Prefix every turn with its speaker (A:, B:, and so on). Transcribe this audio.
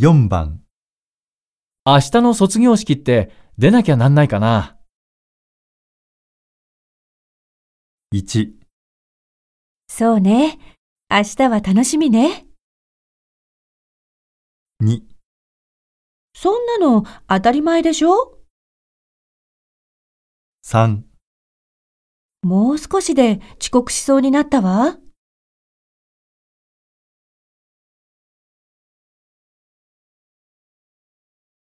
A: 4番、
B: 明日の卒業式って出なきゃなんないかな。
A: 1、
C: そうね。明日は楽しみね。
A: 2、
C: そんなの当たり前でしょ
A: 3
C: もう少しで遅刻しそうになったわ。